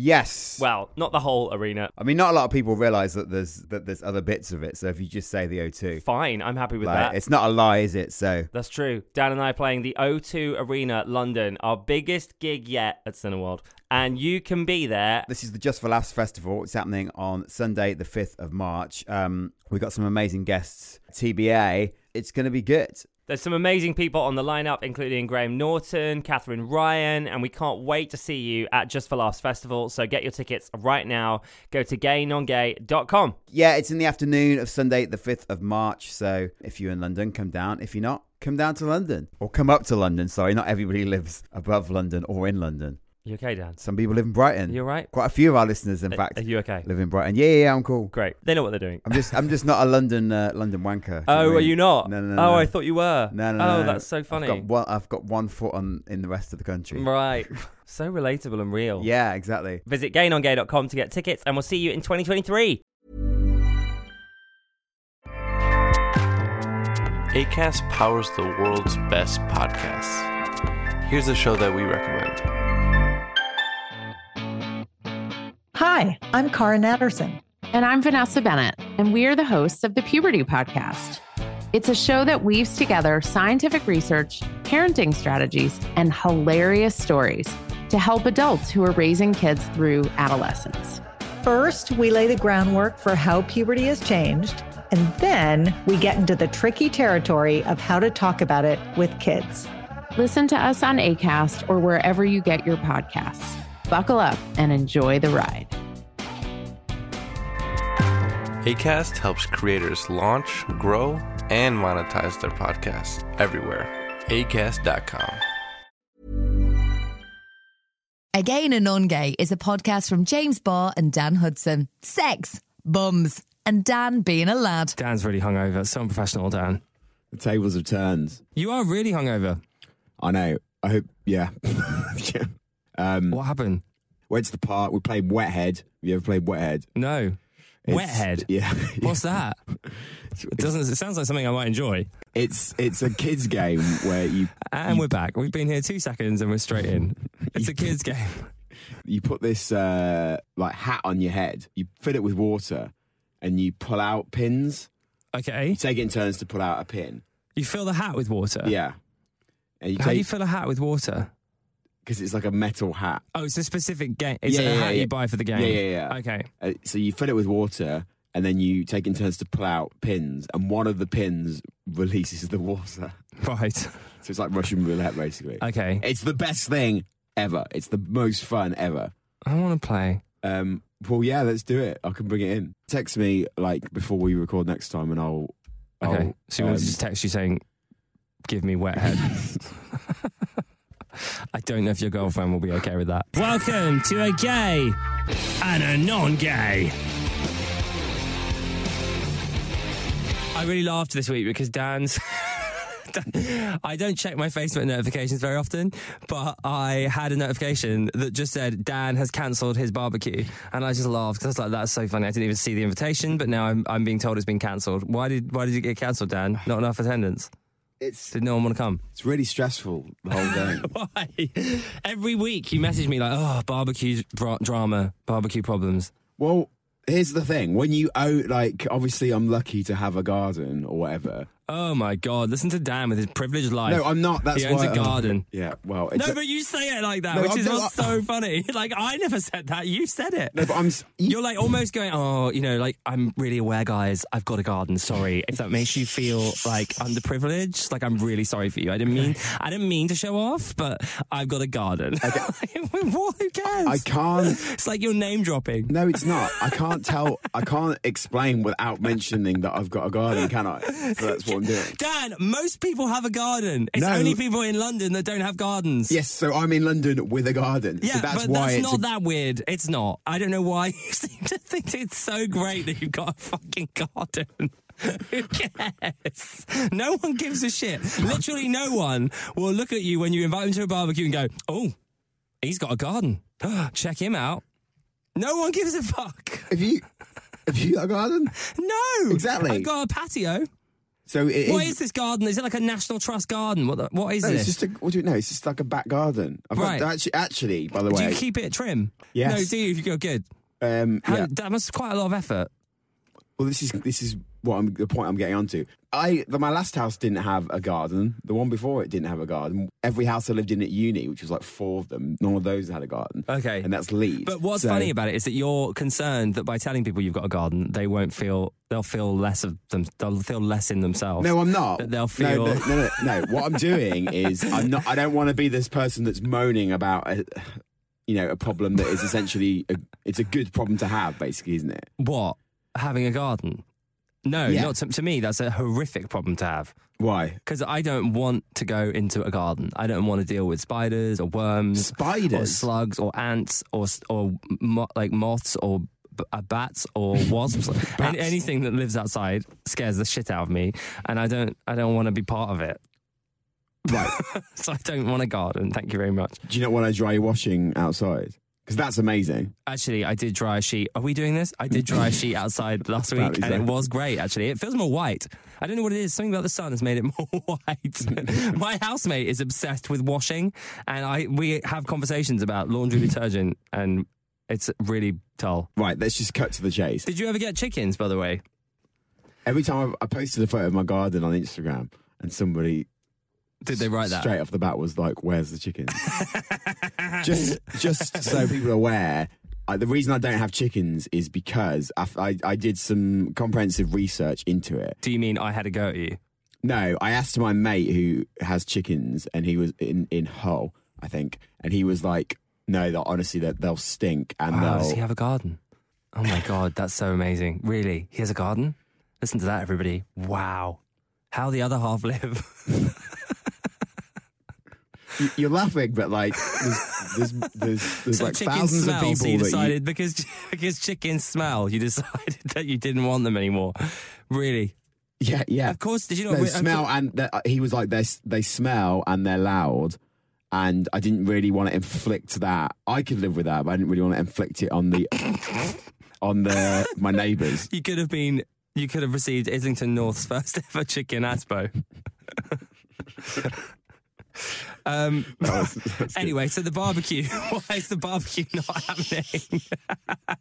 Yes. Well, not the whole arena. I mean, not a lot of people realise that there's that there's other bits of it. So if you just say the O2, Fine, I'm happy with like, that. it's not a lie, is it? So That's true. Dan and I are playing the O2 Arena London, our biggest gig yet at Cineworld. And you can be there. This is the Just for Laughs Festival. It's happening on Sunday, the 5th of March. Um, we've got some amazing guests. TBA, it's going to be good. There's some amazing people on the lineup, including Graham Norton, Catherine Ryan, and we can't wait to see you at Just for Laughs Festival. So get your tickets right now. Go to gaynongay.com. Yeah, it's in the afternoon of Sunday, the 5th of March. So if you're in London, come down. If you're not, come down to London or come up to London. Sorry, not everybody lives above London or in London. You okay, Dan? Some people live in Brighton. You all right? Quite a few of our listeners, in Are- fact, Are you okay? live in Brighton. Yeah, yeah, yeah, I'm cool. Great. They know what they're doing. I'm just, I'm just not a London, uh, London wanker. Do Oh, what I are mean? you not? No, no, no. Oh, no. I thought you were. No, no, Oh, no, no. that's so I've funny. got one, I've got one foot on in the rest of the country. Right. so relatable and real. Yeah, exactly. Visit gaynongay.com to get tickets, and we'll see you in 2023. ACAST powers the world's best podcasts. Here's a show that we recommend. Hi, I'm Karin Natterson. And I'm Vanessa Bennett, and we are the hosts of the Puberty Podcast. It's a show that weaves together scientific research, parenting strategies, and hilarious stories to help adults who are raising kids through adolescence. First, we lay the groundwork for how puberty has changed, and then we get into the tricky territory of how to talk about it with kids. Listen to us on ACAST or wherever you get your podcasts. Buckle up and enjoy the ride. ACAST helps creators launch, grow, and monetize their podcasts everywhere. ACAST.com. Again and On Gay is a podcast from James Barr and Dan Hudson. Sex, bums, and Dan being a lad. Dan's really hungover. So unprofessional, Dan. The tables have turned. You are really hungover. I know. I hope. Yeah. yeah. Um, What happened? went to the park. We played Wethead. Have you ever played Wethead? No. It's- Wethead? Yeah. What's that? It doesn't. It sounds like something I might enjoy. It's it's a kids game where you And we're back. We've been here two seconds and we're straight in. It's a kids' game. you put this uh, like hat on your head. You fill it with water, and you pull out pins. Okay. You take it in turns to pull out a pin. You fill the hat with water. Yeah. And you How do you take fill a hat with water? because it's like a metal hat. Oh, it's a specific game. It's Yeah, a yeah, hat yeah. you buy for the game. Yeah, yeah, yeah. Okay. Uh, so you fill it with water, and then you take in turns to pull out pins, and one of the pins releases the water. Right. So it's like Russian roulette, basically. Okay. It's the best thing ever. It's the most fun ever. I want to play. Um, well, yeah, let's do it. I can bring it in. Text me like before we record next time, and I'll. I'll Okay. so you want me to um, just text you saying, give me wet head. I don't know if your girlfriend will be okay with that. Welcome to a gay and a non gay. I really laughed this week because Dan's. Dan- I don't check my Facebook notifications very often, but I had a notification that just said Dan has cancelled his barbecue, and I just laughed because I was like, "That's so funny." I didn't even see the invitation, but now I'm, I'm being told it's been cancelled. Why did Why did it get cancelled, Dan? Not enough attendance. It's Did no one want to come? it's really stressful the whole day. Why? Every week you message me like, oh, barbecue dra- drama, barbecue problems. well, here's the thing: when you owe, like, obviously, I'm lucky to have a garden or whatever. Oh my God, listen to Dan with his privileged life. No, I'm not. That's He owns why a garden. Yeah. Well, it's no, a- but you say it like that, No, which I'm is not- what's so funny. Like, I never said that. You said it. no, but I'm. s- You're like almost going, oh, you know, like, I'm really aware, guys. I've got a garden. Sorry. If that makes you feel like underprivileged, like, I'm really sorry for you. I didn't mean, I didn't mean to show off, but I've got a garden. Like, what? Who cares? I can't. It's like you're name dropping. No, it's not. I can't tell. I can't explain without mentioning that I've got a garden, can I? So that's what what I'm doing. Dan, most people have a garden. It's No. only people in London that don't have gardens. Yes, so I'm in London with a garden. Yeah, so that's but why that's it's not a- that weird. It's not. I don't know why you seem to think it's so great that you've got a fucking garden. Who cares? No one gives a shit. Literally, no one will look at you when you invite them to a barbecue and go, "Oh, he's got a garden. Check him out." No one gives a fuck. Have you have you got a garden? No, Exactly. I've got a patio. So it is. What is this garden? Is it like a National Trust garden? What? The, what is No, this? it's just a, what do you know? It's just like a back garden. I've Right. got, actually, actually, by the do you way, keep it trim? Yes. No, do you? If you go good, um, How, yeah. that must quite a lot of effort. Well, this is this is what I'm, the point I'm getting onto. I the, my last house didn't have a garden. The one before it didn't have a garden. Every house I lived in at uni, which was like four of them, none of those had a garden. Okay. and that's Leeds. But what's So- funny about it is that you're concerned that by telling people you've got a garden, they won't feel they'll feel less of them. They'll feel less in themselves. No, I'm not. That they'll No, feel- No, no, no, no. What I'm doing is I'm not. I don't want to be this person that's moaning about a, you know, a problem that is essentially a, it's a good problem to have, basically, isn't it? what having a garden? No, Yeah. not to, to me. That's a horrific problem to have Why? because I don't want to go into a garden. I don't want to deal with spiders or worms, or Spiders. slugs or ants or s- or mo- like moths or b- uh, bats or wasps. An- anything that lives outside scares the shit out of me, and I don't I don't want to be part of it. Right. So I don't want a garden. Thank you very much. Do you not want to dry your washing outside? Because that's amazing. Actually, I did dry a sheet. Are we doing this? I did dry a sheet outside last week, Apparently and it so. was great. Actually, it feels more white. I don't know what it is. Something about the sun has made it more white. My housemate is obsessed with washing, and I we have conversations about laundry detergent, and it's really dull. Right. Let's just cut to the chase. Did you ever get chickens, by the way? Every time I, I posted a photo of my garden on Instagram, and somebody Did they write that? straight off the bat was like, "Where's the chickens?" just, just so people are aware, I, the reason I don't have chickens is because I, I, I did some comprehensive research into it. Do you mean I had a go at you? No, I asked my mate who has chickens, and he was in in Hull, I think, and he was like, "No, they'll, honestly, they'll, they'll stink." And Wow, they'll, Oh, does he have a garden? Oh my god, that's so amazing! Really, he has a garden. Listen to that, everybody! Wow, how the other half live. You- you're laughing, but like, there's there's there's, there's So like chicken thousands smell, of people so you that decided because because chickens smell, you decided that you didn't want them anymore. Really? yeah, yeah. Of course. Did you not They smell and they- uh, he was like they s- they smell and they're loud, and I didn't really want to inflict that. I could live with that, but I didn't really want to inflict it on the on the my neighbours. You could have been. You could have received Islington North's first ever chicken aspo. um. Anyway, so the barbecue. Why is the barbecue not happening?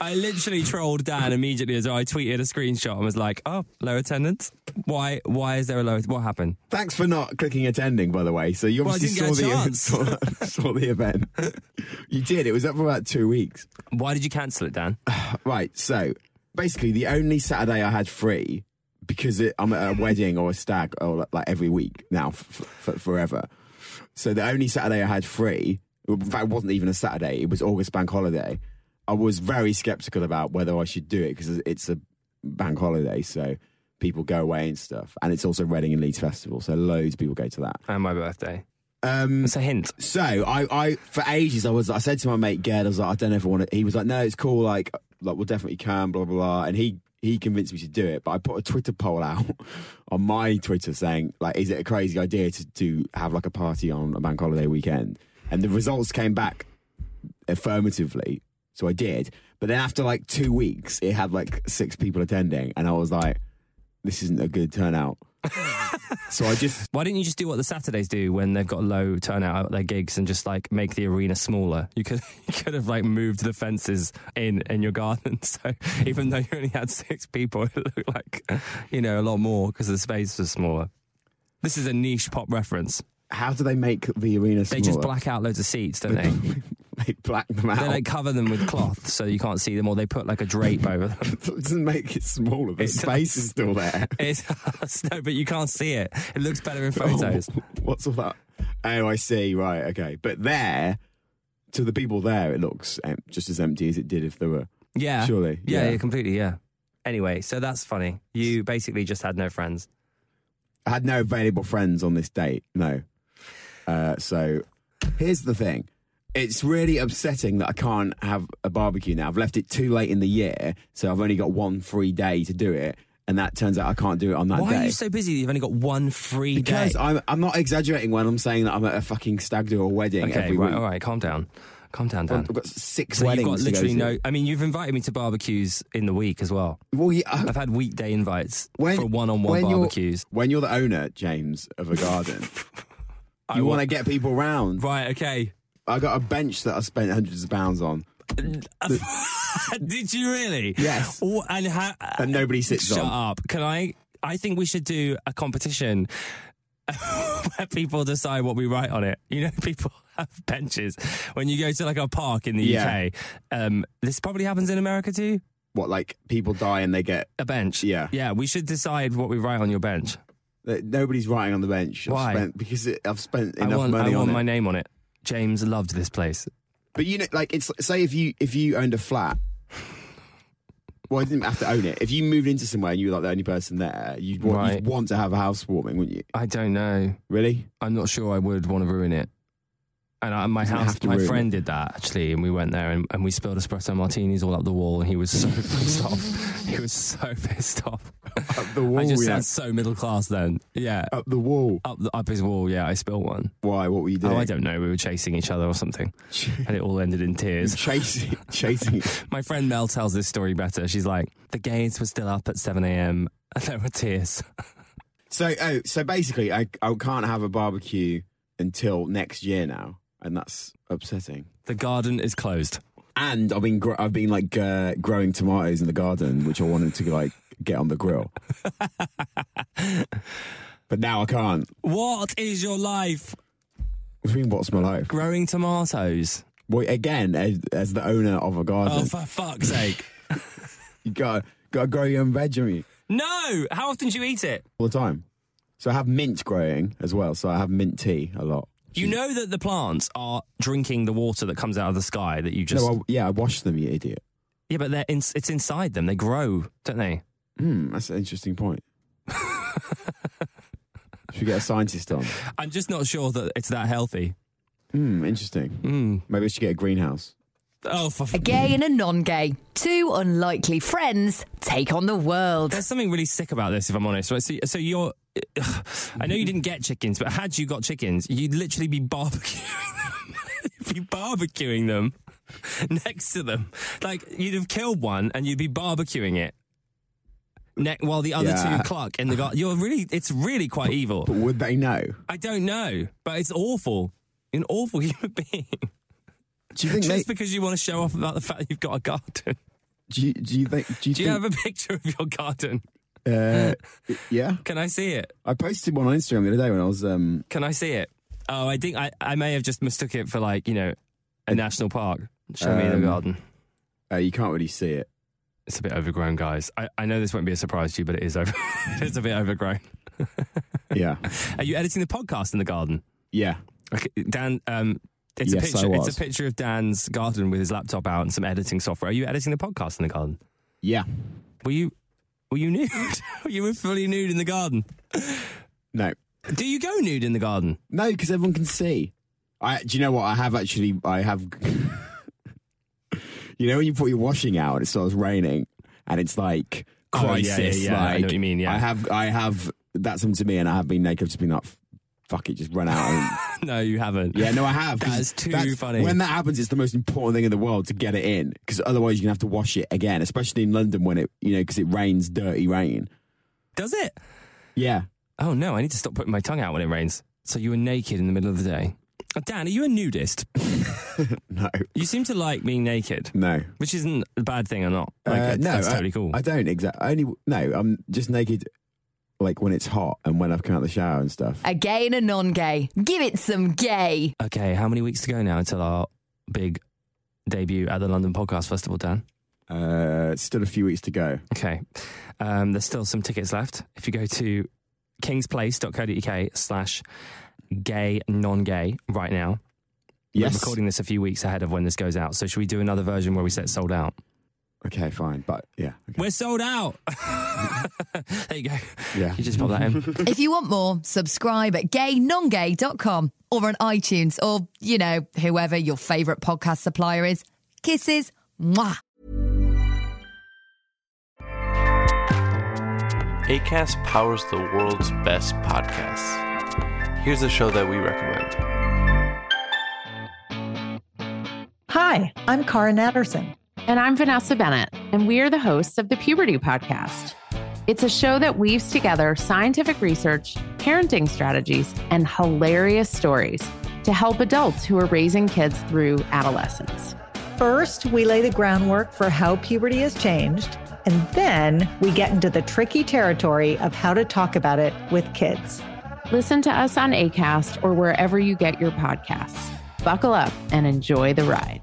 I literally trolled Dan immediately as I tweeted a screenshot and was like, "Oh, low attendance. Why? Why is there a low? What happened?" Thanks for not clicking attending, by the way. So you Well, I obviously didn't get a saw the saw, saw the event. You did. It was up for about two weeks. Why did you cancel it, Dan? Right. So basically, the only Saturday I had free because it, I'm at a wedding or a stag or like, like every week now f- f- forever. So the only Saturday I had free, in fact, it wasn't even a Saturday. It was August bank holiday. I was very skeptical about whether I should do it because it's a bank holiday, so people go away and stuff, and it's also Reading and Leeds Festival, so loads of people go to that. And my birthday. Um, It's a hint. so I, I for ages I was I said to my mate Gerd, I was like, I don't know if I want to he was like, No, it's cool, like like we'll definitely come, blah blah blah and he he convinced me to do it, but I put a Twitter poll out on my Twitter saying, like, is it a crazy idea to, to have like a party on a bank holiday weekend? And the results came back affirmatively. So I did. But then after like two weeks, it had like six people attending and I was like, This isn't a good turnout. so I just Why didn't you just do what the Saturdays do when they've got low turnout at their gigs and just like make the arena smaller? You could you could have like moved the fences in in your garden. So even though you only had six people, it looked like you know a lot more because the space was smaller. This is a niche pop reference. how do they make the arena They smaller? just black out loads of seats, don't they? they black them out. They like cover them with cloth so you can't see them, or they put like a drape over them. it doesn't make it smaller. The It space does. is still there. It's, no, but you can't see it. It looks better in photos. Oh, what's all that? Oh, I see. Right. Okay. But there, to the people there, it looks em- just as empty as it did if there were. Yeah. Surely, Yeah, yeah, yeah. completely, yeah. Anyway, so that's funny. You basically just had no friends. I had no available friends on this date. No. Uh, so here's the thing. It's really upsetting that I can't have a barbecue now. I've left it too late in the year, so I've only got one free day to do it, and that turns out I can't do it on that Why day. are you so busy? that You've only got one free because day. I'm, I'm not exaggerating when I'm saying that I'm at a fucking stag do or wedding okay, every right, week. all right, calm down, calm down, Dan. I've got six So you've weddings. got to go literally to. no. I mean, you've invited me to barbecues in the week as well. Well, yeah, I- I've had weekday invites when, for one-on-one when you're- barbecues. when you're the owner, James, of a garden, I you wa- want to get people round. Right. Okay. I got a bench that I spent hundreds of pounds on Did you really? Yes. Oh, and ha- that nobody sits Shut on. up. Can I? I think we should do a competition where people decide what we write on it. You know, people have benches. When you go to like a park in the Yeah. UK, um, this probably happens in America too. What, like people die and they get A bench. Yeah. Yeah. We should decide what we write on your bench. that nobody's writing on the bench? I've Why? Spent, because it, I've spent I enough want, money I want on my it. name on it. James loved this place. But you know, like it's say if you if you owned a flat. Well, I didn't have to own it. If you moved into somewhere and you were like the only person there, you'd want, Right. you'd want to have a housewarming, wouldn't you? I don't know. Really? I'm not sure I would want to ruin it. And I, my Doesn't house, have to my ruin friend did that actually, and we went there and, and we spilled espresso martinis all up the wall, and he was so pissed off. He was so pissed off. Up the wall, I just yeah. sound so middle class then. Yeah, Up the wall. up the, up his wall. Yeah, I spilled one. Why? What were you doing? Oh, I don't know. We were chasing each other or something, and it all ended in tears. chasing, chasing. My friend Mel tells this story better. She's like, the gates were still up at seven a.m. and there were tears. So, oh, so basically, I I can't have a barbecue until next year now, and that's upsetting. The garden is closed. And I've been gr- I've been like uh, growing tomatoes in the garden, which I wanted to like get on the grill, but now I can't. What is your life? What do you mean? What's my life? Growing tomatoes. Well, again, as, as the owner of a garden, Oh, for fuck's sake. you got got to grow your own veg, haven't you? No! How often do you eat it? all the time. So I have mint growing as well. So I have mint tea a lot. You know that the plants are drinking the water that comes out of the sky that you just. no, I, yeah, I wash them, you idiot. yeah, but they're in, it's inside them. They grow, don't they? Hmm, that's an interesting point. Should we get a scientist on? I'm just not sure that it's that healthy. Hmm, interesting. Mm. Maybe we should get a greenhouse. Oh, for f- A gay and a non gay, two unlikely friends take on the world. There's something really sick about this, if I'm honest. Right, So, so you're. I know you didn't get chickens, but had you got chickens, you'd literally be barbecuing them. you'd be barbecuing them next to them. Like, you'd have killed one and you'd be barbecuing it. Ne- while the other Yeah. two cluck in the garden. You're really, it's really quite evil. But would they know? I don't know, but it's awful. You're An awful human being. Do you think Just they, because you want to show off about the fact that you've got a garden. do, you, do you think do you Do you have a picture of your garden? have uh, yeah? Can I see it? I posted one on Instagram the other day when I was um Can I see it? Oh, I think I, I may have just mistook it for like, you know, a national park. Show me the Um, garden. uh, you can't really see it. It's a bit overgrown, guys. I, I know this won't be a surprise to you, but it is over. it's a bit overgrown. Yeah. Are you editing the podcast in the garden? Yeah. Okay, Dan, um, it's Yes, I a picture. It's was. a picture of Dan's garden with his laptop out and some editing software. Are you editing the podcast in the garden? Yeah. Were you were you nude? you were fully nude in the garden. No. Do you go nude in the garden? No, because everyone can see. I do you know what? I have actually I have You know when you put your washing out and it starts raining and it's like Oh, yeah, yeah, crisis. yeah, I Like, know what you mean, yeah. I have I have that's happened to me and I have been naked, I've just been like fuck it, just run out and No, you haven't. Yeah, no, I have. That 'cause is too that's- funny. When that happens, it's the most important thing in the world to get it in, because otherwise you're gonna have to wash it again, especially in London when it, you know, because it rains dirty rain. Does it? Yeah, Oh no, I need to stop putting my tongue out when it rains. So you were naked in the middle of the day. Oh, Dan, are you a nudist? no, You seem to like being naked, no, which isn't a bad thing or not. Like, Uh, that's- no, that's I- totally cool. I don't exactly. Only no, I'm just naked, like when it's hot and when I've come out the shower and stuff. A gay and a non gay, give it some gay. okay, how many weeks to go now until our big debut at the London Podcast Festival, Dan? Uh, still a few weeks to go. Okay. Um, there's still some tickets left. If you go to kingsplace.co.uk slash gay non gay right now. We're Yes, recording this a few weeks ahead of when this goes out. So should we do another version where we set sold out? Okay, fine. But yeah. Okay. We're sold out. there you go. Yeah. You just pop that in. If you want more, subscribe at gaynongay.com or on iTunes or, you know, whoever your favorite podcast supplier is. Kisses. Mwah. ACAST powers the world's best podcasts. Here's a show that we recommend. Hi, I'm Karen Natterson. And I'm Vanessa Bennett, and we are the hosts of the Puberty Podcast. It's a show that weaves together scientific research, parenting strategies, and hilarious stories to help adults who are raising kids through adolescence. First, we lay the groundwork for how puberty has changed, and then we get into the tricky territory of how to talk about it with kids. Listen to us on ACAST or wherever you get your podcasts. Buckle up and enjoy the ride.